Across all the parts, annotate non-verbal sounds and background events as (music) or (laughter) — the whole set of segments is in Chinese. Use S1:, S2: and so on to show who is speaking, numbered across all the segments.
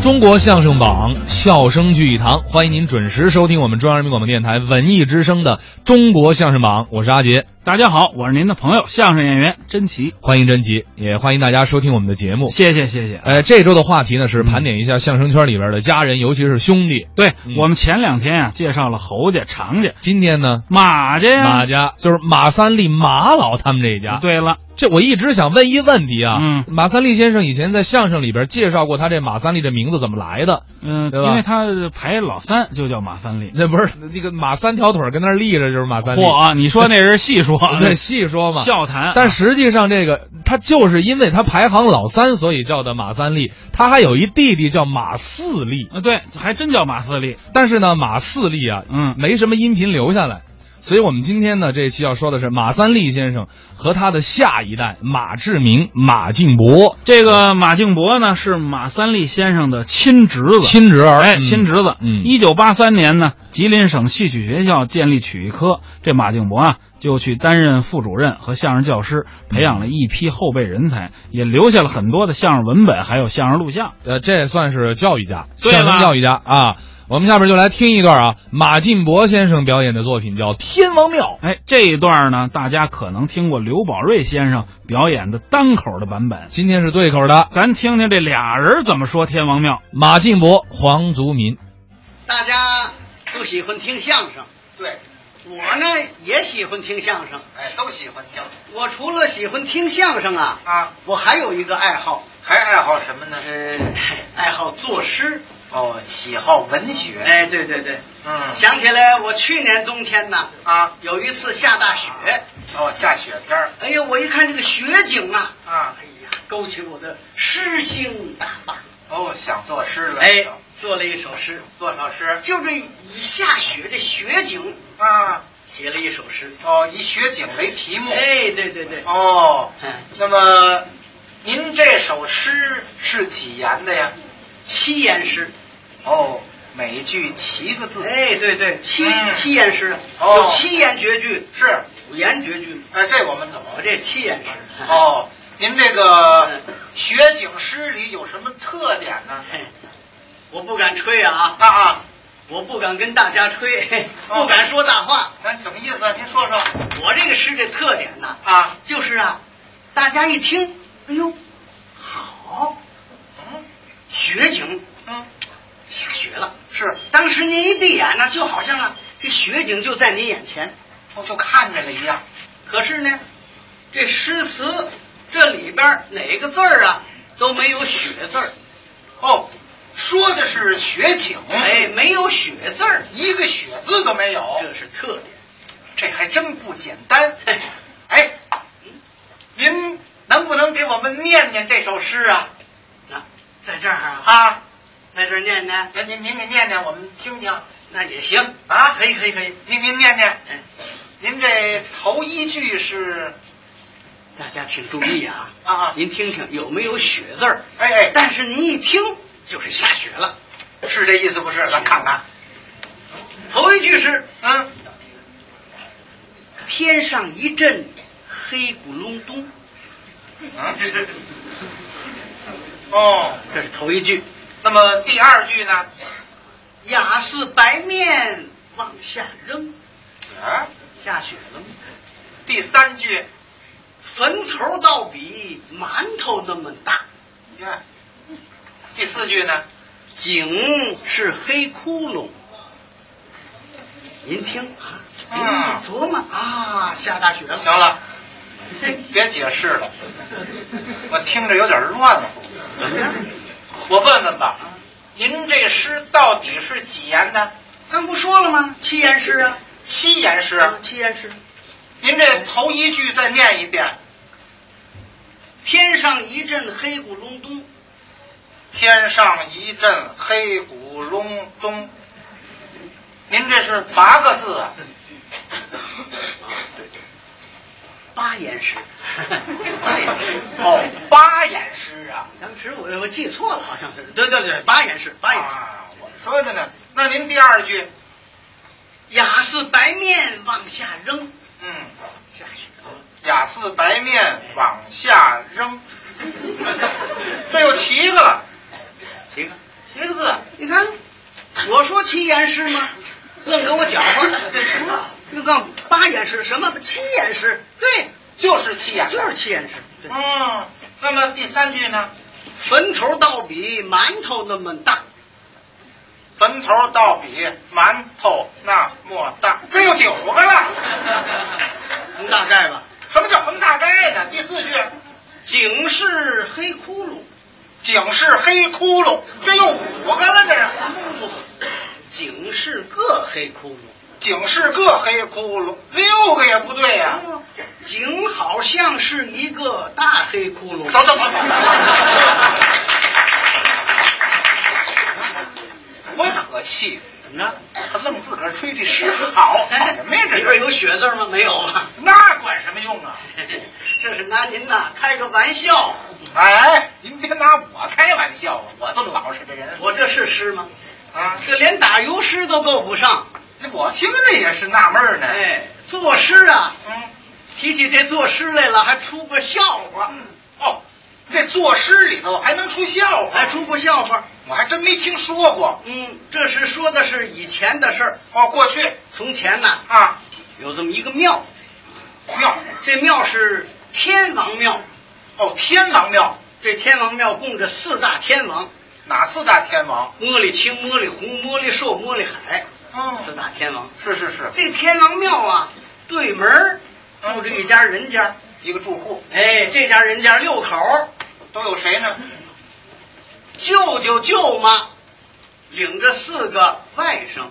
S1: 中国相声榜，笑声聚一堂，欢迎您准时收听我们中央人民广播电台文艺之声的《中国相声榜》，我是阿杰，
S2: 大家好，我是您的朋友相声演员甄奇，
S1: 欢迎甄奇，也欢迎大家收听我们的节目。
S2: 谢嗯谢谢谢。
S1: 呃，这周的话题呢是盘点一下相声圈里边的家人，尤其是兄弟。
S2: 对、
S1: 嗯
S2: 我们前两天啊介绍了侯家、常家、
S1: 今天呢，
S2: 马家呀，
S1: 马家就是马三立马老他们这一家。
S2: 对了，
S1: 这我一直想问一问题啊，
S2: 嗯
S1: 马三立先生以前在相声里边介绍过他这马三立这名字怎么来的？
S2: 嗯、
S1: 对吧
S2: 因为他排老三就叫马三立。
S1: 那不是那个马三条腿儿跟那儿立着就是马三立，，
S2: 嚯、你说那是细说
S1: (laughs)
S2: 啊
S1: 对，细说嘛。
S2: 笑谈。
S1: 但实际上，这个他就是因为他排行老三，所以叫的马三立。他还有一弟弟叫马四立，
S2: 啊，对，还真叫马四立。
S1: 但是呢，马四立啊，
S2: 嗯
S1: 没什么音频留下来。所以我们今天呢，这一期要说的是马三立先生和他的下一代马志明、马敬伯
S2: 这个马敬伯呢是马三立先生的亲侄子，
S1: 亲侄儿，
S2: 哎，
S1: 嗯
S2: 亲侄子。
S1: 嗯
S2: 一九八三年呢，吉林省戏曲学校建立曲艺科，这马敬伯啊就去担任副主任和相声教师，培养了一批后备人才，也留下了很多的相声文本，还有相声录像。
S1: 呃，这也算是教育家，
S2: 对
S1: 相声
S2: 了
S1: 教育家啊。我们下边就来听一段啊，马敬伯先生表演的作品叫《天王庙》。
S2: 哎，这一段呢，大家可能听过刘宝瑞先生表演的单口的版本，
S1: 今天是对口的，
S2: 咱听听这俩人怎么说天王庙。
S1: 马敬伯、黄族民。
S3: 大家都喜欢听相声，
S4: 对，
S3: 我呢也喜欢听相声。
S4: 哎，都喜欢听
S3: 我除了喜欢听相声啊，
S4: 啊。
S3: 我还有一个爱好，
S4: 还爱好什么呢？
S3: 呃，爱好作诗。
S4: 哦，喜好文学。，
S3: 哎，对对对，
S4: 嗯，
S3: 想起来我去年冬天呢，
S4: 啊，
S3: 有一次下大雪，
S4: 哦，下雪天儿
S3: 哎呀，我一看这个雪景啊，
S4: 啊
S3: 哎，呀，勾起我的诗兴大发。
S4: 哦，想作诗了。
S3: 哎，做了一首诗，
S4: 多少诗
S3: 就这以下雪这雪景，
S4: 啊？
S3: 写了一首诗。
S4: 哦，以雪景为题目。，
S3: 哎，对对对，
S4: 哦
S3: 嗯，
S4: 那么您这首诗是几言的呀？
S3: 七言诗。
S4: 哦，每句七个字。，
S3: 哎，对对，七、
S4: 嗯
S3: 七言诗，
S4: 哦
S3: 有七言绝句，
S4: 是。
S3: 五言绝句，
S4: 哎，这我们懂。
S3: 我这七言诗。
S4: 哦，您这个
S3: 嗯
S4: 雪景诗里有什么特点呢？
S3: 哦嘿，我不敢吹啊，
S4: 啊啊，
S3: 我不敢跟大家吹，嘿
S4: 哦
S3: 不敢说大话。
S4: 那怎么意思啊？您说说。
S3: 我这个诗的特点呢，
S4: 啊，
S3: 就是啊，大家一听，哎呦，好，
S4: 嗯
S3: 雪景
S4: 嗯，
S3: 下雪了，
S4: 是，
S3: 当时您一闭眼呢，就好像啊，这雪景就在您眼前。
S4: 我就看见了一样。
S3: 可是呢，这诗词这里边儿哪个字儿啊都没有雪字儿，
S4: 哦，说的是雪景，
S3: 哎，，没有雪字儿，
S4: 一个雪字都没有，
S3: 这是特点。
S4: 这还真不简
S3: (laughs)
S4: 单
S3: 嘿。
S4: 哎，您能不能给我们念念这首诗啊？
S3: 那在这儿啊，
S4: 啊，
S3: 在这儿念念，
S4: 那您您给念念，我们听听
S3: 那也行。
S4: 啊。可以可以可以，您您念念，
S3: 哎，
S4: 您这头一句是
S3: 大家请注意啊，
S4: 啊啊，
S3: 您听听有没有雪字儿？
S4: 哎哎，
S3: 但是您一听就是下雪了。
S4: 是这意思不是？咱看看，
S3: 头一句是
S4: 嗯，
S3: 天上一阵黑咕隆咚，
S4: 嗯，哦，
S3: (laughs) 这是头一句。
S4: 那么第二句呢？
S3: 雅似白面往下扔，
S4: 啊，
S3: 下雪了吗？
S4: 第三句，
S3: 坟头倒比馒头那么大，
S4: 你看，第四句呢？
S3: 井是黑窟窿。您听啊，您
S4: 啊
S3: 琢磨啊，下大雪了。
S4: 行了，
S3: 嘿，
S4: 别解释了，我听着有点乱乎。
S3: 怎么样？
S4: 我问问吧，您这诗到底是几言呢？
S3: 刚不说了吗？七言诗啊，
S4: 七言诗。
S3: 啊七言诗。
S4: 您这头一句再念一遍：
S3: 天上一阵黑咕隆咚，
S4: 天上一阵黑咕隆咚。您这是八个字
S3: (laughs)
S4: 啊？
S3: 八言 (laughs) 诗。
S4: 哦，八言诗啊。
S3: 当时我我记错了，好像是。对对对，八言诗，八言诗。
S4: 啊，我说的呢。那您第二句，
S3: 雅似白面往下扔，
S4: 嗯，
S3: 下雪了。
S4: 雅似白面
S3: (laughs)
S4: 往下扔，这又七个了。
S3: 行啊，一个字，你看，我说七言诗吗？愣给我搅和，又告诉我八言诗什么七言诗？对，
S4: 就是七言。
S3: 就是七言诗。对
S4: 嗯，那么第三句呢？
S3: 坟头倒比馒头那么大，
S4: 坟头倒比馒头那么大，这有九个
S3: (laughs)
S4: 了。
S3: 您大概吧。
S4: 什么叫冯大概呢？第四句，
S3: 井是黑窟窿，
S4: 井是黑窟窿，这又五个了，这是。
S3: 井是个黑窟窿，
S4: 井是个黑窟窿，六个也不对呀、
S3: 井好像是一个大黑窟窿。
S4: 走走走走走。多可气！
S3: 怎么着？
S4: 他愣自个儿吹这诗好，
S3: (laughs) 哎
S4: 什么呀？这
S3: 里边有血字吗？没有啊。
S4: 那管什么用
S3: (laughs)
S4: 啊？
S3: 这是拿您呐开个玩笑。
S4: 哎，您别拿我开玩笑啊！我这么老实的人
S3: 我这是诗吗？
S4: 啊，
S3: 这连打油诗都够不上。
S4: 我听着也是纳闷儿呢。，
S3: 哎，作诗啊，
S4: 嗯，
S3: 提起这作诗来了，还出过笑话，
S4: 哦，这作诗里头还能出笑话？
S3: 还出过笑话。
S4: 我还真没听说过。
S3: 嗯，这是说的是以前的事儿。
S4: 哦，过去
S3: 从前呐，
S4: 啊，
S3: 有这么一个庙，
S4: 庙
S3: 这庙是天王庙。
S4: 哦，天王庙
S3: 这天王庙供着四大天王：
S4: 哪四大天王？
S3: 魔力青、魔力红、魔力寿、魔力海，四
S4: 哦，
S3: 大天王。
S4: 是是是，
S3: 这天王庙啊，对门儿住着一家人家。
S4: 一个住户
S3: 哎，这家人家六口儿，
S4: 都有谁呢？
S3: 舅舅舅妈，领着四个外甥，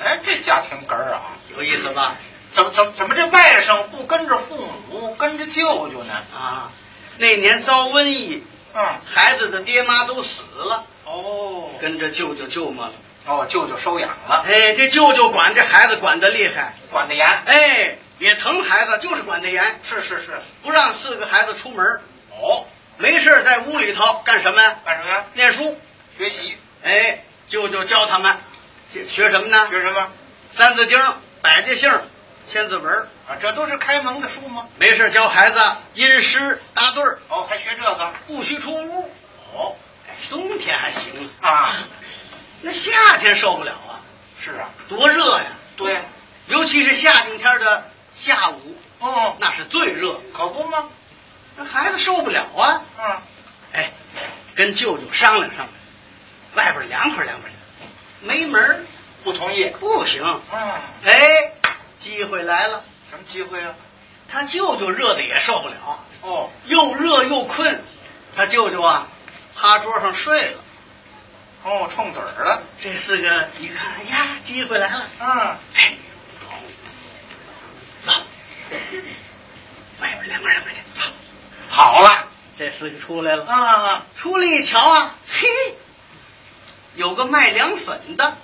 S4: 哎，这家庭根儿啊，
S3: 有意思吧？
S4: 怎么怎么怎么这外甥不跟着父母，跟着舅舅呢？
S3: 啊，那年遭瘟疫，
S4: 嗯，
S3: 孩子的爹妈都死了，
S4: 哦
S3: 跟着舅舅舅妈了。
S4: 哦，舅舅收养了，
S3: 哎，这舅舅管这孩子管得厉害，
S4: 管得严。
S3: 哎，也疼孩子，就是管得严，
S4: 是是是，
S3: 不让四个孩子出门，
S4: 哦，
S3: 没事儿在屋里头干什么呀？
S4: 干什么呀？
S3: 念书。
S4: 学习，
S3: 哎，舅舅教他们学学什么呢？《
S4: 学什么？
S3: 三字经》《百家姓》《千字文》。
S4: 啊，这都是开蒙的书吗？
S3: 没事教孩子吟诗搭对儿，
S4: 哦，还学这个？
S3: 不许出屋。
S4: 哦，
S3: 哎冬天还行啊，
S4: 啊，
S3: 那夏天受不了啊，
S4: 是啊，
S3: 多热呀！
S4: 对，
S3: 尤其是夏天天的下午，
S4: 哦，
S3: 那是最热，
S4: 可不吗？
S3: 那孩子受不了啊。
S4: 嗯，
S3: 哎，跟舅舅商量商量，外边凉快凉快去，没门儿
S4: 不同意。
S3: 不行。
S4: 嗯，
S3: 哎，机会来了，
S4: 什么机会啊？
S3: 他舅舅热的也受不了，
S4: 哦，
S3: 又热又困，他舅舅啊趴桌上睡了。
S4: 哦，冲嘴儿了。
S3: 这四个一看，哎呀，机会来了！
S4: 嗯，
S3: 哎，走，外边凉快凉快去。走
S4: 好了。
S3: 这四个出来了，
S4: 啊，
S3: 出来一瞧啊，嘿，有个卖凉粉的。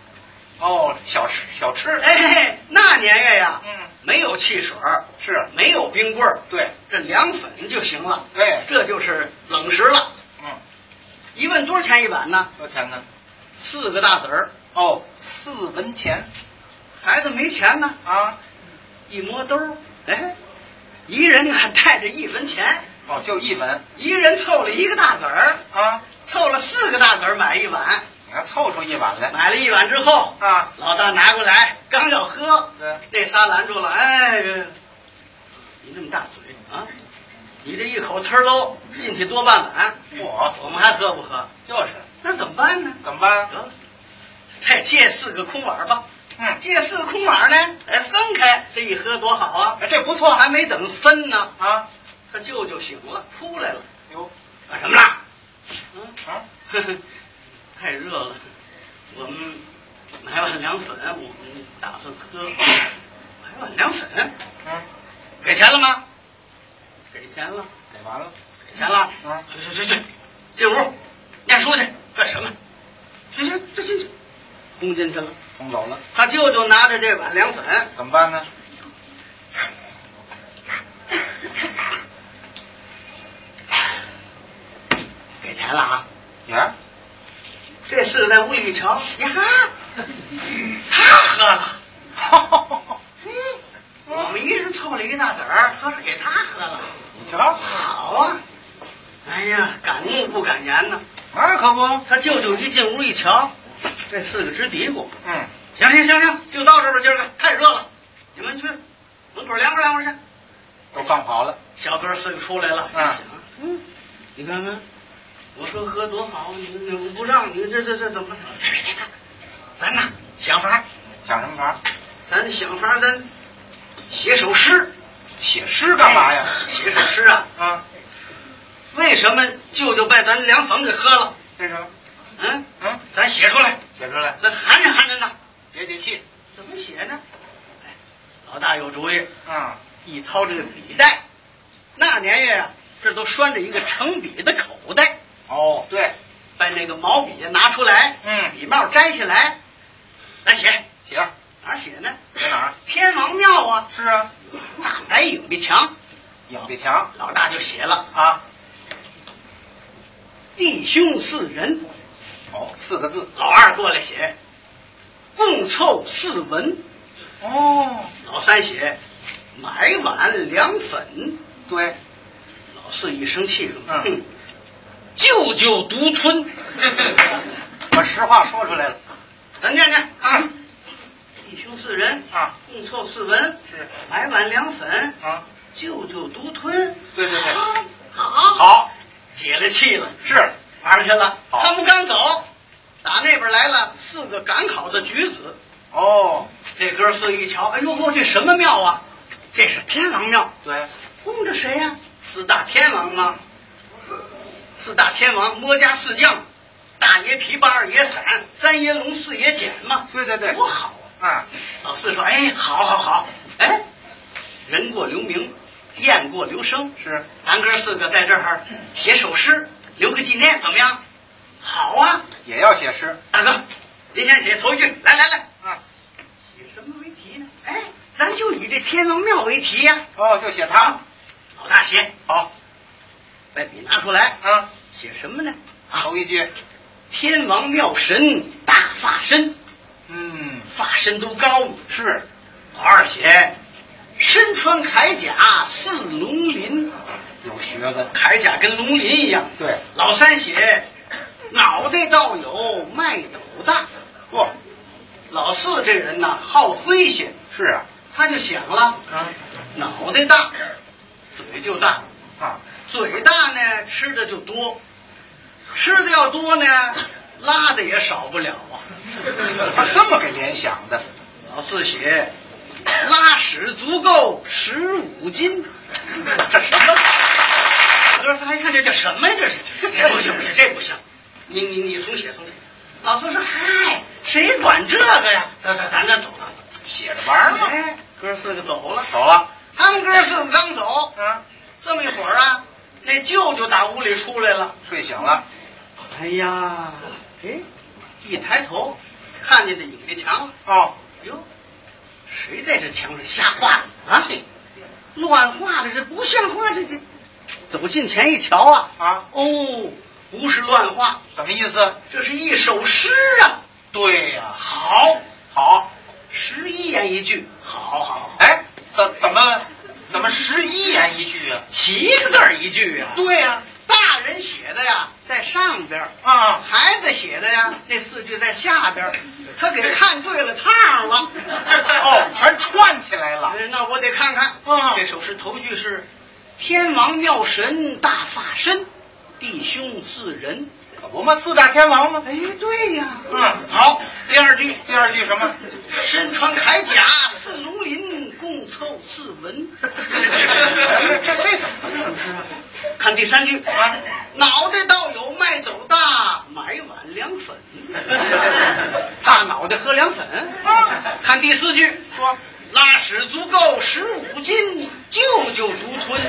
S4: 哦，小吃小吃。
S3: 哎，那年月呀，
S4: 嗯，
S3: 没有汽水儿，
S4: 是，
S3: 没有冰棍儿，
S4: 对
S3: 这凉粉就行了，
S4: 对，
S3: 这就是冷食了。
S4: 嗯，
S3: 一问多少钱一碗呢？
S4: 多少钱呢？
S3: 四个大子儿，
S4: 哦，四文钱
S3: 孩子没钱呢，
S4: 啊。
S3: 一摸兜儿，哎，一人呢带着一文钱。
S4: 哦，就一文
S3: 一人凑了一个大子儿，
S4: 啊。
S3: 凑了四个大子儿买一碗，
S4: 你看凑出一碗来
S3: 买了一碗之后，
S4: 啊。
S3: 老大拿过来刚要喝，
S4: 对，
S3: 那仨拦住了，哎，你那么大嘴啊，你这一口呲儿喽进去多半碗，
S4: 我
S3: 我们还喝不喝？
S4: 就是
S3: 那怎么办呢？
S4: 怎么办
S3: 得？了，再啊哎借四个空碗吧。
S4: 嗯，
S3: 借四个空碗呢，哎，分开，这一喝多好啊！
S4: 哎这不
S3: 我
S4: 错
S3: 还没等分呢，
S4: 啊。
S3: 他舅舅醒了，出来了，
S4: 哟，
S3: 干什么啦？嗯。 (laughs)
S4: 啊，
S3: 呵呵，太热了，我们买碗凉粉，我们打算喝。买碗凉粉，
S4: 嗯，
S3: 给钱了吗？给钱了，
S4: 给完了。
S3: 给钱了。
S4: 嗯
S3: 去去去去，进屋念书去，干什么？去去这进去，轰进去了。
S4: 冲走了，
S3: 他舅舅拿着这碗凉粉，
S4: 怎么办呢？
S3: (laughs) 给钱了啊！
S4: 呀，
S3: 这四个在屋里一瞧， (laughs) 呀哈，他喝了。 (laughs) 嗯，我们一人凑了一个大子儿，合着给他喝了。
S4: 你瞧，
S3: 好啊！哎呀，敢怒不敢言呐！
S4: 那可不，
S3: 他舅舅一进屋一瞧，这四个直嘀咕
S4: 嗯，：“
S3: 行行行行，就到这儿吧，今儿个太热了，你们去门口凉快凉快去。
S4: 都放好了，”
S3: 小哥四个出来了，
S4: 嗯
S3: 一想，嗯，你看看，我说喝多好，你你我不让你这这这怎么办？别别别咱呐想法儿，
S4: 想什么法儿？
S3: 咱想法儿，咱写首诗。
S4: 写诗干嘛呀？
S3: 写首诗啊？
S4: 啊，
S3: 为什么舅舅把咱凉粉给喝了？
S4: 这是，
S3: 嗯，
S4: 嗯，
S3: 咱写出来，
S4: 写出来
S3: 咱含着含着呢。
S4: 解解气，
S3: 怎么写呢？哎，老大有主意，
S4: 嗯，
S3: 一掏这个笔袋，那年月啊，这都拴着一个盛笔的口袋，
S4: 哦，对，
S3: 把那个毛笔拿出来，
S4: 嗯
S3: 笔帽摘下来，咱写
S4: 写
S3: 哪儿写呢？
S4: 写哪儿？
S3: 天王庙啊，
S4: 是啊，
S3: 大白影壁墙，
S4: 影壁墙
S3: 老大就写了
S4: 啊，
S3: 弟兄四人，
S4: 哦，四个字，
S3: 老二过来写，共凑四文，
S4: 哦，
S3: 老三写买碗凉粉，
S4: 对，
S3: 老四一生气了，
S4: 嗯
S3: 哼，舅舅独
S4: (laughs)
S3: 吞，
S4: 把实话说出来了
S3: 咱念念
S4: 嗯
S3: 啊，弟兄四人，
S4: 啊，
S3: 共凑四文，
S4: 是
S3: 买碗凉粉，
S4: 啊，
S3: 舅舅独吞，
S4: 对对对
S3: 好，
S4: 好，
S3: 解了气了，
S4: 是
S3: 玩去了。
S4: 好
S3: 他们刚走，打那边来了四个赶考的举子，
S4: 哦，
S3: 这哥四一瞧，哎呦嚯，这什么庙啊？这是天王庙。
S4: 对，
S3: 供着谁呀、四大天王吗？四大天王，魔家四将，大爷琵琶，二爷伞，三爷龙，四爷剪嘛。
S4: 对对对
S3: 多好啊！
S4: 啊，
S3: 老四说：“哎，好好好，哎，人过留名，雁过留声，
S4: 是
S3: 咱哥四个在这儿写首诗，留个纪念，怎么样？好啊，
S4: 也要写诗，
S3: 大哥，您先写头一句，来来来，
S4: 啊，
S3: 写什么为题呢？哎，咱就以这天王庙为题呀、
S4: 哦，就写他，
S3: 老大写，
S4: 好，
S3: 把笔拿出来，
S4: 嗯，
S3: 写什么呢？
S4: 头一句，
S3: 天王庙神大法身，
S4: 嗯，
S3: 法身都高。
S4: 是，
S3: 老二写，身穿铠甲似龙鳞，
S4: 有学问，
S3: 铠甲跟龙鳞一样。
S4: 对，
S3: 老三写，脑袋倒有麦斗大。
S4: 不，
S3: 老四这人呐，好诙谐，
S4: 是啊，
S3: 他就想了，
S4: 啊
S3: 脑袋大，嘴就大，
S4: 啊，
S3: 嘴大呢吃的就多，吃的要多呢，拉的也少不了啊。
S4: 他这么给联想的，
S3: 老四写，拉屎足够十五斤。
S4: 这什么？
S3: 哥仨一看这叫什么呀？这是这不行不行，这不行！你你你重写重写。老四说：“嗨，谁管这个呀？咱咱咱咱走吧。
S4: 写着玩儿嘛，
S3: 哎，哥四个走了，
S4: 走了，
S3: 他们哥四个刚走，
S4: 啊，
S3: 这么一会儿啊，那舅舅打屋里出来了。
S4: 睡醒了，
S3: 哎呀，哎，一抬头看见这影壁墙，
S4: 哦，
S3: 哟，谁在这墙上瞎画的啊？乱画的，这不像话！这这，走近前一瞧啊，
S4: 啊，
S3: 哦，不是乱画，
S4: 什么意思？
S3: 这是一首诗啊！
S4: 对呀、
S3: 好，
S4: 好，
S3: 十一言一句，好好好，
S4: 哎，怎怎么怎么十一言一句啊？
S3: 七个字儿一句啊！
S4: 对呀、
S3: 大人写的呀，在上边儿；
S4: 啊，
S3: 孩子写的呀，那四句在下边儿。他给看对了趟了，
S4: (laughs) 哦，全串起来了，
S3: 哎那我得看看。
S4: 啊
S3: 这首诗头句是“天王妙神大法身，弟兄四人
S4: 可不嘛，四大天王”。吗？
S3: 哎，对呀。
S4: 嗯
S3: 好。第二句，
S4: 第二句什 (laughs) 么？
S3: 身穿铠甲似龙鳞，共凑四
S4: (laughs)
S3: 文。
S4: 这这这怎么回事啊？
S3: 看第三句
S4: 啊
S3: 脑袋倒有麦斗大，买碗凉粉。大脑袋喝凉粉
S4: 啊
S3: 看第四句说，拉屎足够十五斤，舅舅独吞。